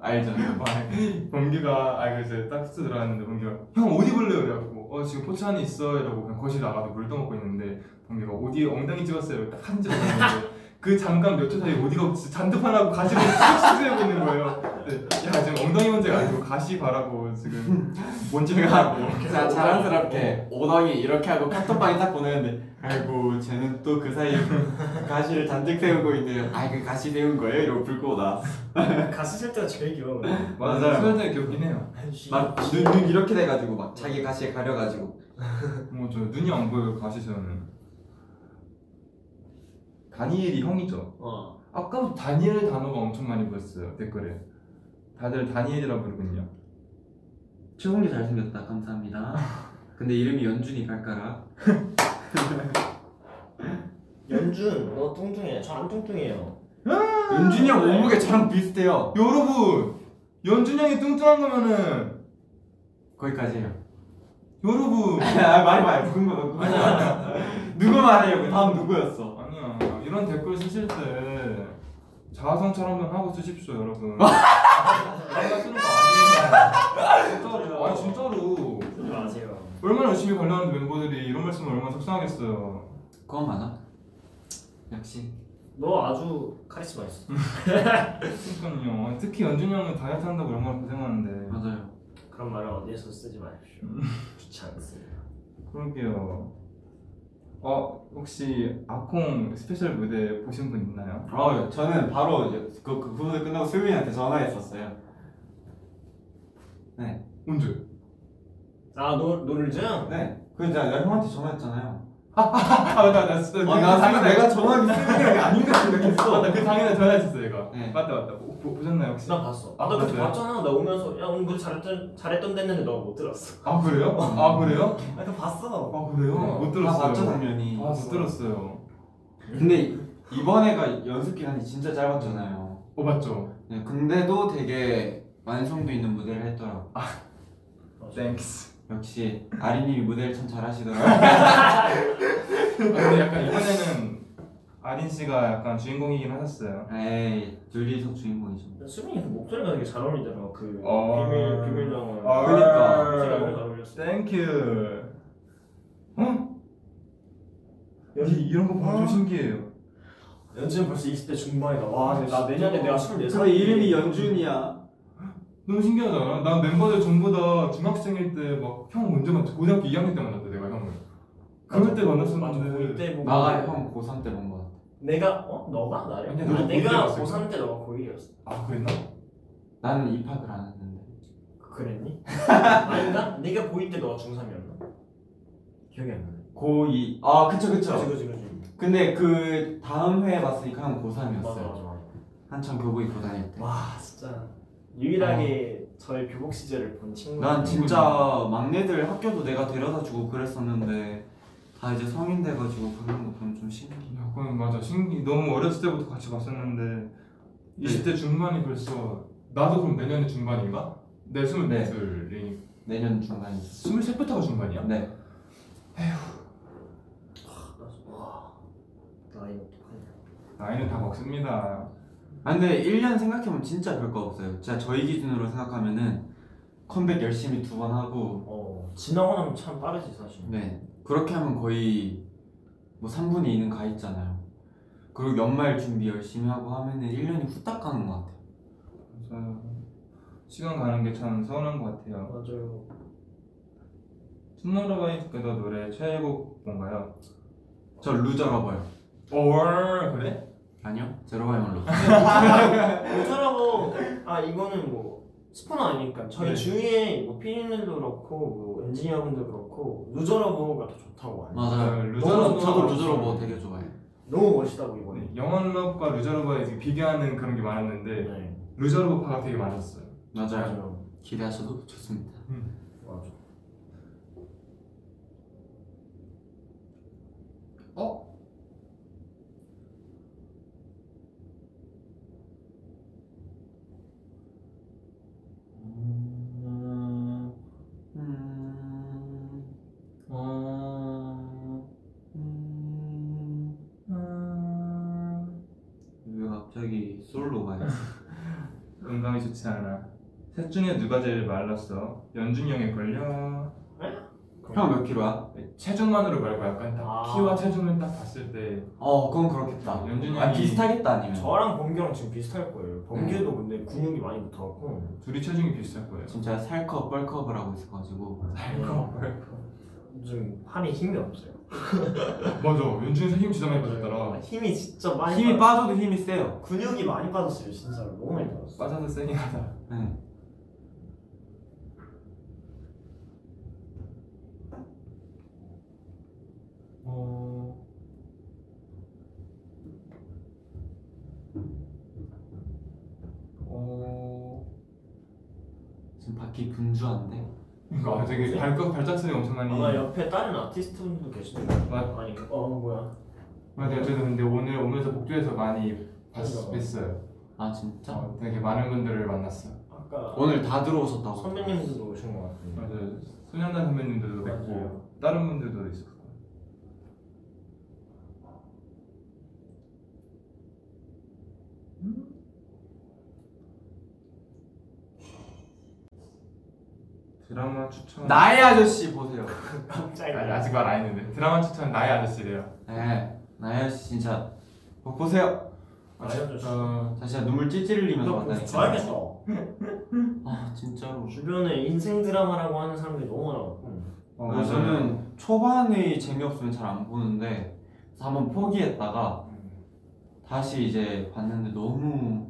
S2: 알죠?
S1: 아, [laughs] 범규가 아 그래서 딱 스튜 들어왔는데 범규가 형 어디 볼래요? 이래갖고 어 지금 포치 안에 있어 이러고 그냥 거실 나가서 물 떠먹고 있는데 범규가 어디 엉덩이 찍었어요 딱 한점 나왔는데 그 잠깐 몇 초 사이에 어디가 진짜 잔뜩하라고 가시를 쑥쑥 세우고 있는 거예요 근데 야 지금 엉덩이 문제가 아니고 가시 바라고 지금 [laughs]
S2: 뭔지가
S1: 네.
S2: 알고 그냥 자랑스럽게 오덩이 이렇게 하고 카톡방에 딱 보내는데 어. 아이고 쟤는 또 그 사이에 [laughs] 가시를 잔뜩 세우고 있네요 아그 가시 세운 거예요? 이러고 불고 나
S3: 가수 쓸 때가 제일 귀여워
S2: 맞아요.
S1: 소연장이 귀엽긴 해요
S2: 막눈 눈 이렇게 돼가지고 막 자기 가시에 가려가지고
S1: 뭐저 눈이 안 보여요 가시 저는 다니엘이 형이죠
S3: 어
S1: 아까부터 다니엘 단어가 엄청 많이 보였어요 댓글에 다들 다니엘이라고 부르군요
S2: 최홍리 잘생겼다 [laughs] 감사합니다 근데 이름이 연준이 발가락
S3: 연준 너 뚱뚱해 저 안 뚱뚱해요
S2: 아, 연준이 형 몸무게 저랑 비슷해요
S1: 여러분 연준 형이 뚱뚱한 거면은
S2: 거기까지예요
S1: 여러분
S2: 아 말이 말이 누군 거 누군 거 누구 말이에요 그 다음 누구였어
S1: 아니야 이런 댓글 쓰실 때 자아성찰한번 하고 쓰십시오 여러분 내가 쓰는 거 아니에요 진짜로 아니 진짜로
S3: 그러지 마세요
S1: 얼마나 열심히 관리하는 멤버들이 이런 말씀을 얼마나 속상하겠어요
S2: 그건 많아 역시
S3: 너 아주 카리스마 있어
S1: 그러니까요 특히 연준 형은 다이어트 한다고 얼마나 고생하는데
S2: 맞아요
S3: 그런 말을 어디에서 쓰지 마십시오. 좋지 않습니다.
S1: 그러게요. 어 혹시 아콩 스페셜 무대 보신 분 있나요?
S2: 어, 저는 바로 그, 그 부분을 끝나고 수빈이한테 전화했었어요. 네.
S1: 언제?
S3: 아, 노, 노를즈?
S2: 네. 그 이제 내가 형한테 전화했잖아요.
S1: [laughs] 아나나 진짜
S2: 아, 나 지금 내가 전화하기 수빈이랑 [laughs] 아닌가 생각했어.
S1: 그 맞다 그 당일에 전화했었어 얘가.
S2: 네.
S1: 맞다 맞다. 보, 보, 보셨나요 혹시?
S3: 나 봤어. 아,
S1: 아,
S3: 나 그때
S1: 봤어요?
S3: 봤잖아. 나 오면서 야 오늘 무대 잘했던 잘했던 됐는데 너 못 들었어.
S1: 아 그래요? [laughs] 아 그래요?
S3: 아, 그 봤어.
S1: 아 그래요? 못 들었어요.
S2: 음. 다 봤죠, 네. 당연히.
S1: 아, 못 들었어요.
S2: 근데 이번에가 연습 기간이 진짜 짧았잖아요.
S1: 어 맞죠.
S2: 네, 근데도 되게 완성도 있는 무대를 했더라고.
S3: 아,
S1: 네. Thanks.
S2: 역시 아리님이 무대를 참 잘하시더라고요.
S1: 아, 근데 약간 이번에는 아린 씨가 약간 주인공이긴 하셨어요.
S2: 에이, 둘이서 주인공이죠.
S3: 수빈이 그 목소리가 되게 잘 어울리더라고. 그
S1: 어.
S3: 비밀 비밀 영어.
S1: 아, 네?
S2: 그러니까.
S3: 제가 오늘 잘 어울렸어.
S1: Thank you. 어?
S3: 연-
S1: 이- 이런 거 보면 좀 신기해요.
S3: 연준 벌써 20대 중반이다. 와,
S1: 진짜.
S3: 나 내년에 내가 24살.
S2: 연준이야.
S1: 너무 신기하잖아. 난 멤버들 전부 다 중학생일 때 막 형 언제 만났지? 고등학교 2학년 때 만났다 내가 형을. 그럴 때
S3: 맞아.
S1: 만났었는데.
S3: 그때 보고
S2: 나가 형 고3 때 본 거. 같아.
S3: 내가 어 너가 나를?
S1: 아니야,
S3: 아,
S1: 너가
S3: 내가
S1: 고1 이었어.
S3: 고3 때 너가 고1이었어.
S1: 아 그랬나?
S2: 나는 입학을 안 했는데.
S3: 그랬니? 아닌가? 내가 고2 때 너가 중3이었나? 기억이 안 나네.
S2: 고2. 아, 그쵸, 그쵸.
S3: 그지 그지.
S2: 근데 그 다음 회에 봤으니까 한
S3: 맞아
S2: 고3이었어요.
S3: 맞아 맞아.
S2: 한참 교복 입고 다닐 때.
S3: 와 진짜 유일하게 저의 교복
S2: 음.
S3: 시절을 본 친구
S2: 난 진짜 막내들 학교도 내가 데려다 주고 그랬었는데 다 이제 성인 돼가지고 보는 거 보면 좀 신기해.
S1: 약간 맞아 신기 너무 어렸을 때부터 같이 봤었는데
S2: 네.
S1: 20대 중반이 벌써 나도 그럼 내년에 중반인가? 네, 내
S2: 네.
S1: 24둘이니
S2: 내년 중간에.
S1: 23부터가 중반이야?
S2: 네.
S3: 와 나이 어떡하냐
S1: 나이는 다 먹습니다
S2: 아 근데 1년 생각해보면 진짜 별거 없어요. 진짜 저희 기준으로 생각하면은 컴백 열심히 두 번 하고
S3: 어 지나고 나면 참 빠르지 사실
S2: 네 그렇게 하면 거의 뭐 3분의 2는 가 있잖아요. 그리고 연말 준비 열심히 하고 하면은 1년이 후딱 가는 것 같아요.
S1: 맞아요 시간 가는 게 참 서운한 것 같아요
S3: 맞아요
S1: 투모로우바이투게더 노래 최애곡 뭔가요?
S2: 저 루저러버요.
S1: 어 그래?
S2: 아니요? 제로바이멀로.
S3: 어쩌라고 아 이거는 뭐 스폰 아니니까 저희
S1: 네.
S3: 주위에 뭐 피디님들도 그렇고 뭐 엔지니어분들 그렇고 루저러브가 더 좋다고 하니
S2: 맞아요.
S1: 네, 루저러버.
S2: 저도, 저도 루저러버 되게 좋아해요.
S3: 너무 멋있다고 이번에
S1: 네, 영원럽과 루저러버에 이제 비교하는 그런 게 많았는데
S3: 네
S1: 루저러버파가 되게 많았어요
S2: 맞아요.
S3: 맞아요
S2: 기대하셔도 좋습니다.
S3: 맞아
S2: 음... 어... 음... 왜 갑자기 솔로가 있어?
S1: 건강이 좋지 않아 셋 중에 누가 제일 말랐어? 연준이 형에 걸려
S2: 형몇 킬로야?
S1: 네, 체중만으로 말고 약간 딱
S3: 아.
S1: 키와 체중을 딱 봤을 때
S2: 어 그건 그렇겠다
S1: 연준이
S2: 아
S1: 형이-
S2: 비슷하겠다 아니면
S3: 저랑 범규랑 지금 비슷할 거예요 범규도 근데 근육이 많이 붙어갖고
S1: 둘이 체중이 비슷할 거예요
S2: 진짜 살컵 뻘컵을 하고 있어가지고
S3: [laughs]
S1: 알고
S3: 요즘 팔에 힘이 없어요
S1: 맞아 연준이 힘 진짜 많이 빠졌더라
S3: 힘이 진짜 많이
S2: 힘이
S3: 빠-
S2: 빠져도 힘이 세요
S3: 근육이 많이 빠졌어요 진짜로 너무 많이 빠졌어
S1: 빠져도 세긴 하다
S2: 네.
S1: 어... 어...
S2: 지금 바퀴 분주한데
S1: 그러니까 되게 발끝 발자취이 엄청나니
S3: 네.
S2: 음.
S3: 아마 옆에 다른 아티스트분도 계시는데
S1: 맞-
S3: 아니 어 뭐야
S1: 맞아요. 저도 근데 오늘 오면서 복도에서 많이 봤,
S3: 그죠.
S1: 뵀어요.
S2: 아 진짜?
S1: 어, 되게 많은 분들을 만났어요.
S3: 아까
S2: 오늘 음. 다 들어오셨다고
S3: 선배님들도 오신 것 같은데
S1: 맞아요. 소년단 선배님들도
S3: 맞아요.
S1: 뵙고 다른 분들도 있었고. 드라마 추천
S2: 나의 아저씨 보세요
S1: 아니,
S3: 깜짝이야
S1: 아직 말 안 했는데 드라마 추천 나의 아저씨래요.
S2: 네 나의 아저씨 진짜 뭐 보세요
S3: 나의 아저씨.
S1: 어,
S2: 나 진짜 눈물 찌찌 흘리면서
S3: 너
S2: 봤다니까
S3: 알겠어
S2: 아 진짜로
S3: 주변에 인생 드라마라고 하는 사람들이 너무 많아갖고
S1: 어,
S2: 아, 저는 초반에 재미없으면 잘 안 보는데 그래서 한번 포기했다가
S1: 음.
S2: 다시 이제 봤는데 너무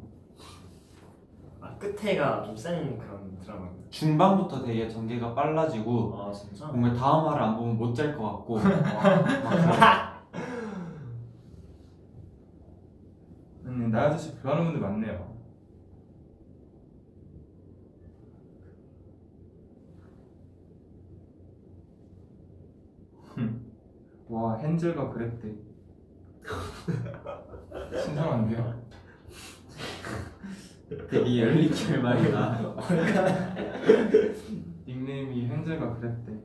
S3: 아 끝에가 좀센 그런 드라마
S2: 중반부터 되게 전개가 빨라지고
S3: 아 진짜?
S2: 뭔가 어. 다음 화를 안 보면 못 잘 것
S3: [laughs]
S2: 같고 어, 막
S1: 음, 나의 아저씨 좋아하는 분들 많네요. 흠. 와 헨젤과 그랬대. 신선한데요?
S2: 되게 열리길 많이 나
S1: 닉네임이 헨젤과 그랬대.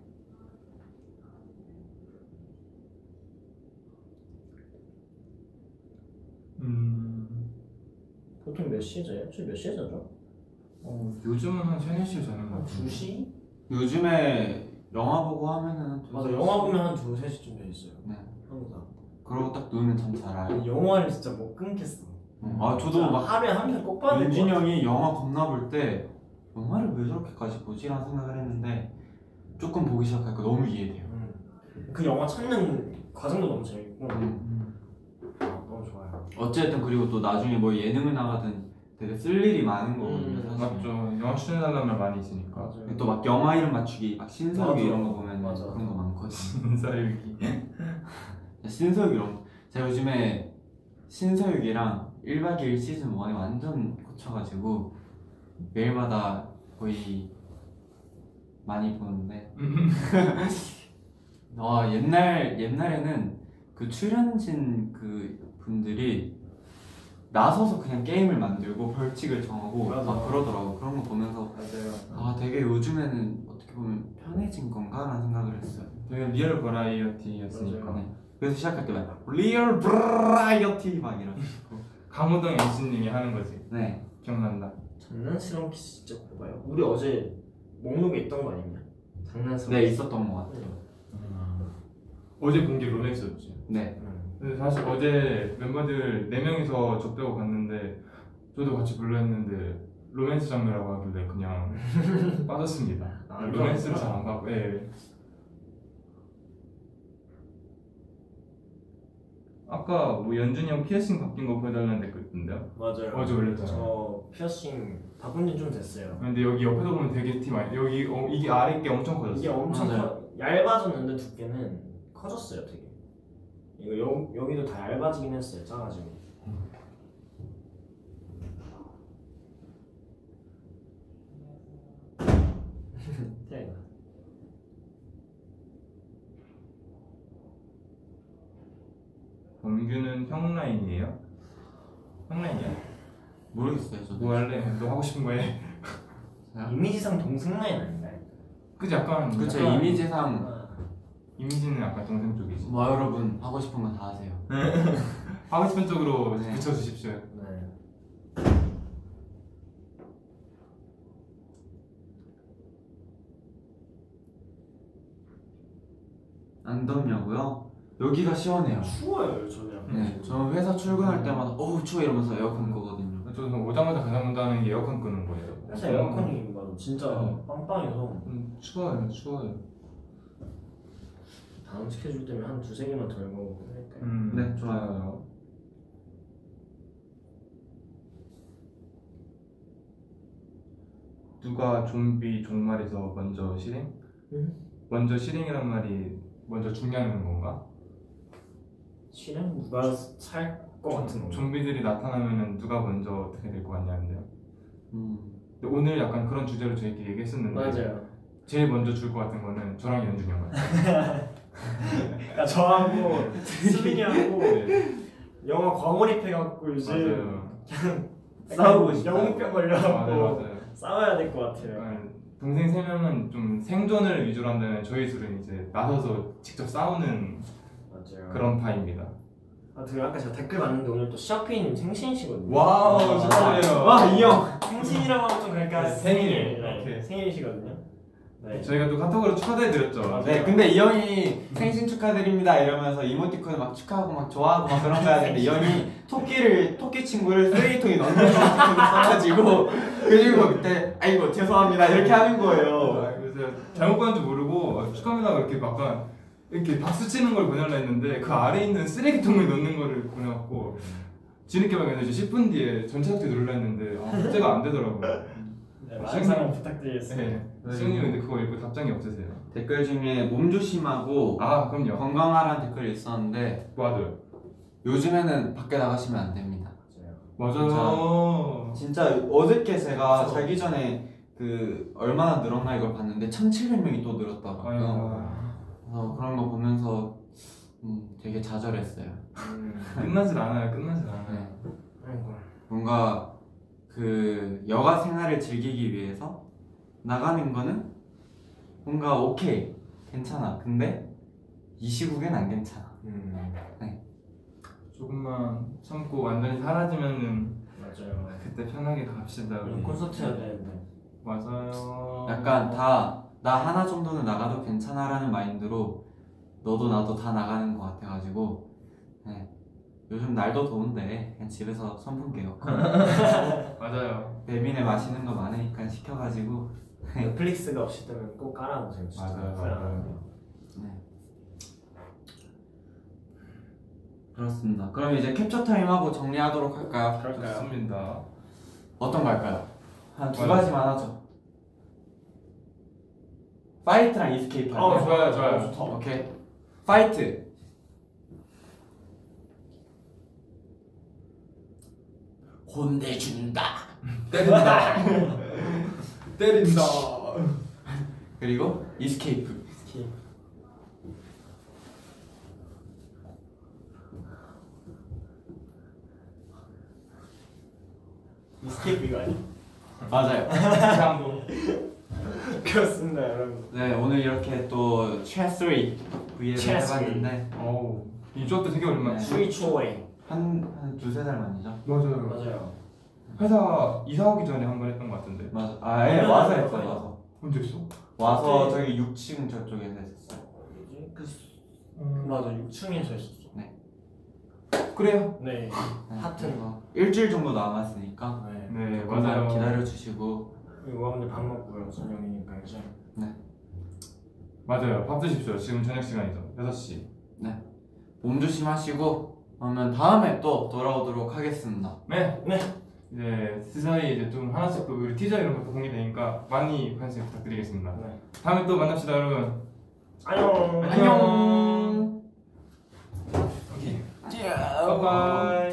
S1: 음,
S3: 보통 몇 시에 자요? 지금 몇 시에 자죠?
S1: 어, 요즘은 한 3, 4시에 자는 것
S2: 음.
S3: 한
S1: 같아요.
S3: 2시?
S2: 요즘에 영화 보고 하면은 또
S3: 맞아 영화 보면 한 2, 3시쯤 돼 있어요
S2: 네.
S3: 항상
S2: 그러고 딱 누우면 잠잘 와요
S3: 영화를 진짜 못 끊겠어
S2: 아 저도 막
S3: 하루에 음. 뭐 한 편 꼭 봐야 될것
S2: 윤진이
S3: 같아
S2: 형이 영화 겁나 볼 때 영화를 왜 저렇게까지 보지라는 생각을 했는데 조금 보기 시작하니까 너무 이해돼요.
S3: 음. 그 영화 찾는 과정도 너무 재밌고
S1: 음,
S3: 아, 너무 좋아요
S2: 어쨌든 그리고 또 나중에 뭐 예능을 나가든 되게 쓸 일이 많은 거거든요.
S3: 음,
S2: 사실.
S1: 맞죠. 영화 추천해달라는 말 많이 있으니까.
S3: 맞아요
S2: 또 막 영화 이름 맞추기, 막 신서유
S3: 맞아.
S2: 이런 거 보면
S3: 맞아.
S2: 그런 거 많거든.
S1: 인사일기.
S2: 신서유 이런. 거. 제가 요즘에 신서유기랑 1박 2일 시즌 1에 완전 꽂혀가지고 매일마다 거의 많이 보는데 아 옛날 옛날에는 그 출연진 그 분들이 나서서 그냥 게임을 만들고 벌칙을 정하고
S3: 맞아.
S2: 막 그러더라고 그런 거 보면서
S1: 맞아요.
S2: 아 되게 요즘에는 어떻게 보면 편해진 건가라는 생각을 했어요.
S1: 되게 리얼 버라이어티였으니까.
S3: 맞아요.
S2: 그래서 시작할 때막 리얼 브라이어티 막 이런.
S1: 강호동 MC님이 하는 거지.
S2: 네.
S1: 기억난다.
S3: 장난스러운 키스 진짜 고봐요. 우리 어제 목록에 있던 거 아니냐? 장난스러운
S2: 네
S3: 키스.
S2: 있었던 것 같아요.
S1: 어제 본 게 롤렉스였지.
S2: 네.
S3: 음.
S1: 근데 사실 어제 멤버들 4명이서 접대고 갔는데 저도 같이 불러 했는데 로맨스 장르라고 하길래
S3: [laughs]
S1: 그냥 빠졌습니다
S3: 아,
S1: 로맨스로 잘 안 가고 예. 아까 뭐 연준이 형 피어싱 바뀐 거 보여달라는 댓글 있던데요?
S3: 맞아요.
S1: 어제 올렸잖아요 네.
S3: 저 피어싱 바꾼 지좀 됐어요.
S1: 근데 여기 옆에서 보면 되게 티 많이 여기 어, 이게 아래 게 엄청
S3: 이게
S1: 커졌어요
S3: 엄청
S2: 맞아요.
S3: 커, 얇아졌는데 두께는 커졌어요, 되게. 이거 여, 여기도 다 얇아지긴
S2: [laughs]
S3: 했어요, 작아지고. 태양아.
S1: 범규는 형 라인이에요? 형 라인이야?
S2: 모르겠어요 저도.
S1: 뭐 할래? 너 하고 싶은 거 해? [laughs] 아.
S3: 이미지상 동생 라인 아닌가요? 네.
S1: 그치 약간
S2: 그쵸
S1: 약간
S2: 이미지상
S1: 이미지는 약간 동생 쪽이지
S2: 뭐 여러분 하고 싶은 건 다 하세요.
S1: 하고 싶은 쪽으로
S2: 네.
S1: 붙여주십시오.
S3: 네.
S2: 안 덥냐고요? 여기가 시원해요.
S3: 추워요, 저는.
S2: 네. 저는 회사 출근할 때마다 어우 추워 이러면서 에어컨 끄거든요.
S1: 저는 오자마자 가장 먼저 하는 게 에어컨 끄는 거예요.
S3: 회사 에어컨이 맞아, 진짜
S1: 어.
S3: 빵빵해서
S1: 음, 추워요, 추워요.
S3: 다음 스케줄 때문에 한 두세 개만 더 해보고 할까요?
S1: 음,
S2: 네,
S1: 좋아요. 누가 좀비 종말에서 먼저 실행? 먼저 실행이란 말이 먼저 중요한 건가?
S3: 실은 누가 살 것 같은 거.
S1: 좀비들이 나타나면 누가 먼저 어떻게 될 것 같냐는데요.
S2: 음.
S1: 근데 오늘 약간 그런 주제로 저희끼리 얘기했었는데
S3: 맞아요.
S1: 제일 먼저 줄 것 같은 거는 저랑 연준이 형 같아요. [laughs]
S3: 그러니까 저하고 수빈이하고
S1: 네,
S3: 영화 과몰입해갖고 이제
S1: 맞아요.
S2: 싸우고 싶다.
S3: 영웅병
S1: 맞아요, 네.
S3: 걸려갖고
S1: 맞아요.
S3: 싸워야 될 것 같아요.
S1: 약간 동생 세 명은 좀 생존을 위주로 한다면 저희 둘은 이제 나서서 직접 싸우는
S3: 맞아요.
S1: 그런 파입니다.
S3: 아, 그 아까 제가 댓글 봤는데 오늘 또 시아피님 생신이시거든요.
S1: 와우,
S3: 아,
S1: 축하드려요.
S3: 와, 이 형. 생신이라고 하면 좀 그러니까
S1: 네, 생일.
S3: 네,
S1: 오케이.
S3: 생일이시거든요. 네.
S1: 저희가 또 카톡으로 축하드려드렸죠.
S3: 맞아요.
S2: 네, 근데 이 형이 생신 축하드립니다 이러면서 이모티콘 막 축하하고 막 좋아하고 막 그런 거 하는데 이 형이 토끼를 토끼 친구를 쓰레기통에 넣는 이모티콘을 [laughs] 써가지고 그리고 그때 아이고 죄송합니다 이렇게 하는 거예요.
S1: 아, 그래서 잘못 봤는지 모르고 어, 축하합니다 이렇게 막간 이렇게 박수 치는 걸 보내려 했는데 그 아래 있는 쓰레기통에 넣는 거를 보내갖고 지늦게 발견해서 10분 뒤에 전체 학교 눌러 했는데 아, 삭제가 안 되더라고요.
S3: 네, 많은 사랑 부탁드리겠습니다.
S1: 네. 수영님 근데 그거 읽고 답장이 없으세요?
S2: 댓글 중에 몸 조심하고
S1: 아 그럼요.
S2: 건강하라는 댓글이 있었는데
S1: 맞아요.
S2: 요즘에는 밖에 나가시면 안 됩니다.
S1: 맞아요.
S2: 진짜 어저께 제가 자기 전에 그 얼마나 늘었나 이걸 봤는데 1,700명이 또 늘었더라고요.
S1: 아유.
S2: 그래서 그런 거 보면서 음, 되게 좌절했어요.
S1: 끝나질 않아요. 끝나질 않아요.
S2: 네.
S3: 아이고.
S2: 뭔가 그 여가 생활을 즐기기 위해서 나가는 거는 뭔가 오케이 괜찮아. 근데 이 시국엔 안 괜찮아.
S3: 음.
S1: 음. 조금만 참고 완전히 사라지면은
S3: 맞아요.
S1: 그때 편하게 갑시다
S3: 오늘
S1: 우리.
S3: 콘서트 해야
S1: 음.
S3: 되는데.
S1: 맞아요.
S2: 음. 약간 다 나 하나 정도는 나가도 괜찮아라는 마인드로 너도 나도 다 나가는 것 같아가지고 네. 요즘 날도 더운데 그냥 집에서 선풍기 에어컨
S1: 맞아요.
S2: 배민에 마시는 거 많으니까 시켜가지고
S3: 넷플릭스가 없이 때문에 꼭 깔아놓으세요. 진짜.
S1: 맞아요,
S3: 후회 안
S1: 맞아요.
S3: 하고요.
S2: 네. 그렇습니다. 그럼 이제 캡처 타임 하고 정리하도록 할까요?
S1: 좋습니다.
S2: 어떤 거 할까요? 한 두
S1: 맞아요.
S2: 가지만 하죠. 파이트랑 이스케이프 할까요?
S1: 어, 좋아요, 좋아요.
S3: 어, 좋다.
S2: 오케이. 파이트.
S1: [laughs]
S2: 혼내준다.
S1: 때린다. 때린다.
S2: 그리고 이스케이프.
S3: 스키. 스케이프 이거 아니야?
S2: 맞아요.
S5: 장동.
S3: [laughs] 그렇습니다 여러분
S2: 네 오늘 이렇게 또 최스리 V앱을
S3: 최스리.
S2: 해봤는데
S1: 어우 이 조합도 되게 오랜만에
S2: 네.
S3: 추위 추워해
S2: 한한 두세 달 만이죠?
S1: 맞아요
S3: 맞아요
S1: 회사 이사 오기 전에 한 번 했던 것 같은데
S2: 맞아. 아예 와서 했어 와서.
S1: 언제 했어? 네.
S2: 와서 저기 6층 저쪽에서 했었어요.
S3: 그 수- 맞아 6층에서 했었어
S1: 어, 그래요
S3: 네
S2: 네,
S3: 하트.
S2: 그래서 일주일 정도 남았으니까
S3: 네.
S1: 아, 네
S2: 조금만
S1: 맞아요
S2: 기다려 주시고
S3: 그리고 오늘 밥 먹고요 저녁이니까 이제
S1: 맞아요 밥 드십시오 지금 저녁 시간이죠 6시
S2: 몸 조심하시고 그러면 다음에 또 돌아오도록 하겠습니다.
S1: 네
S3: 네
S1: 이제 스사이 이제 좀 하나씩 또 우리 티저 이런 것도 공개되니까 많이 관심 부탁드리겠습니다
S3: 네.
S1: 다음에 또 만납시다 여러분
S3: 안녕
S1: 안녕
S2: 아,
S1: 오케이 바이바이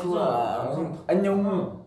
S3: 안녕
S2: 안녕.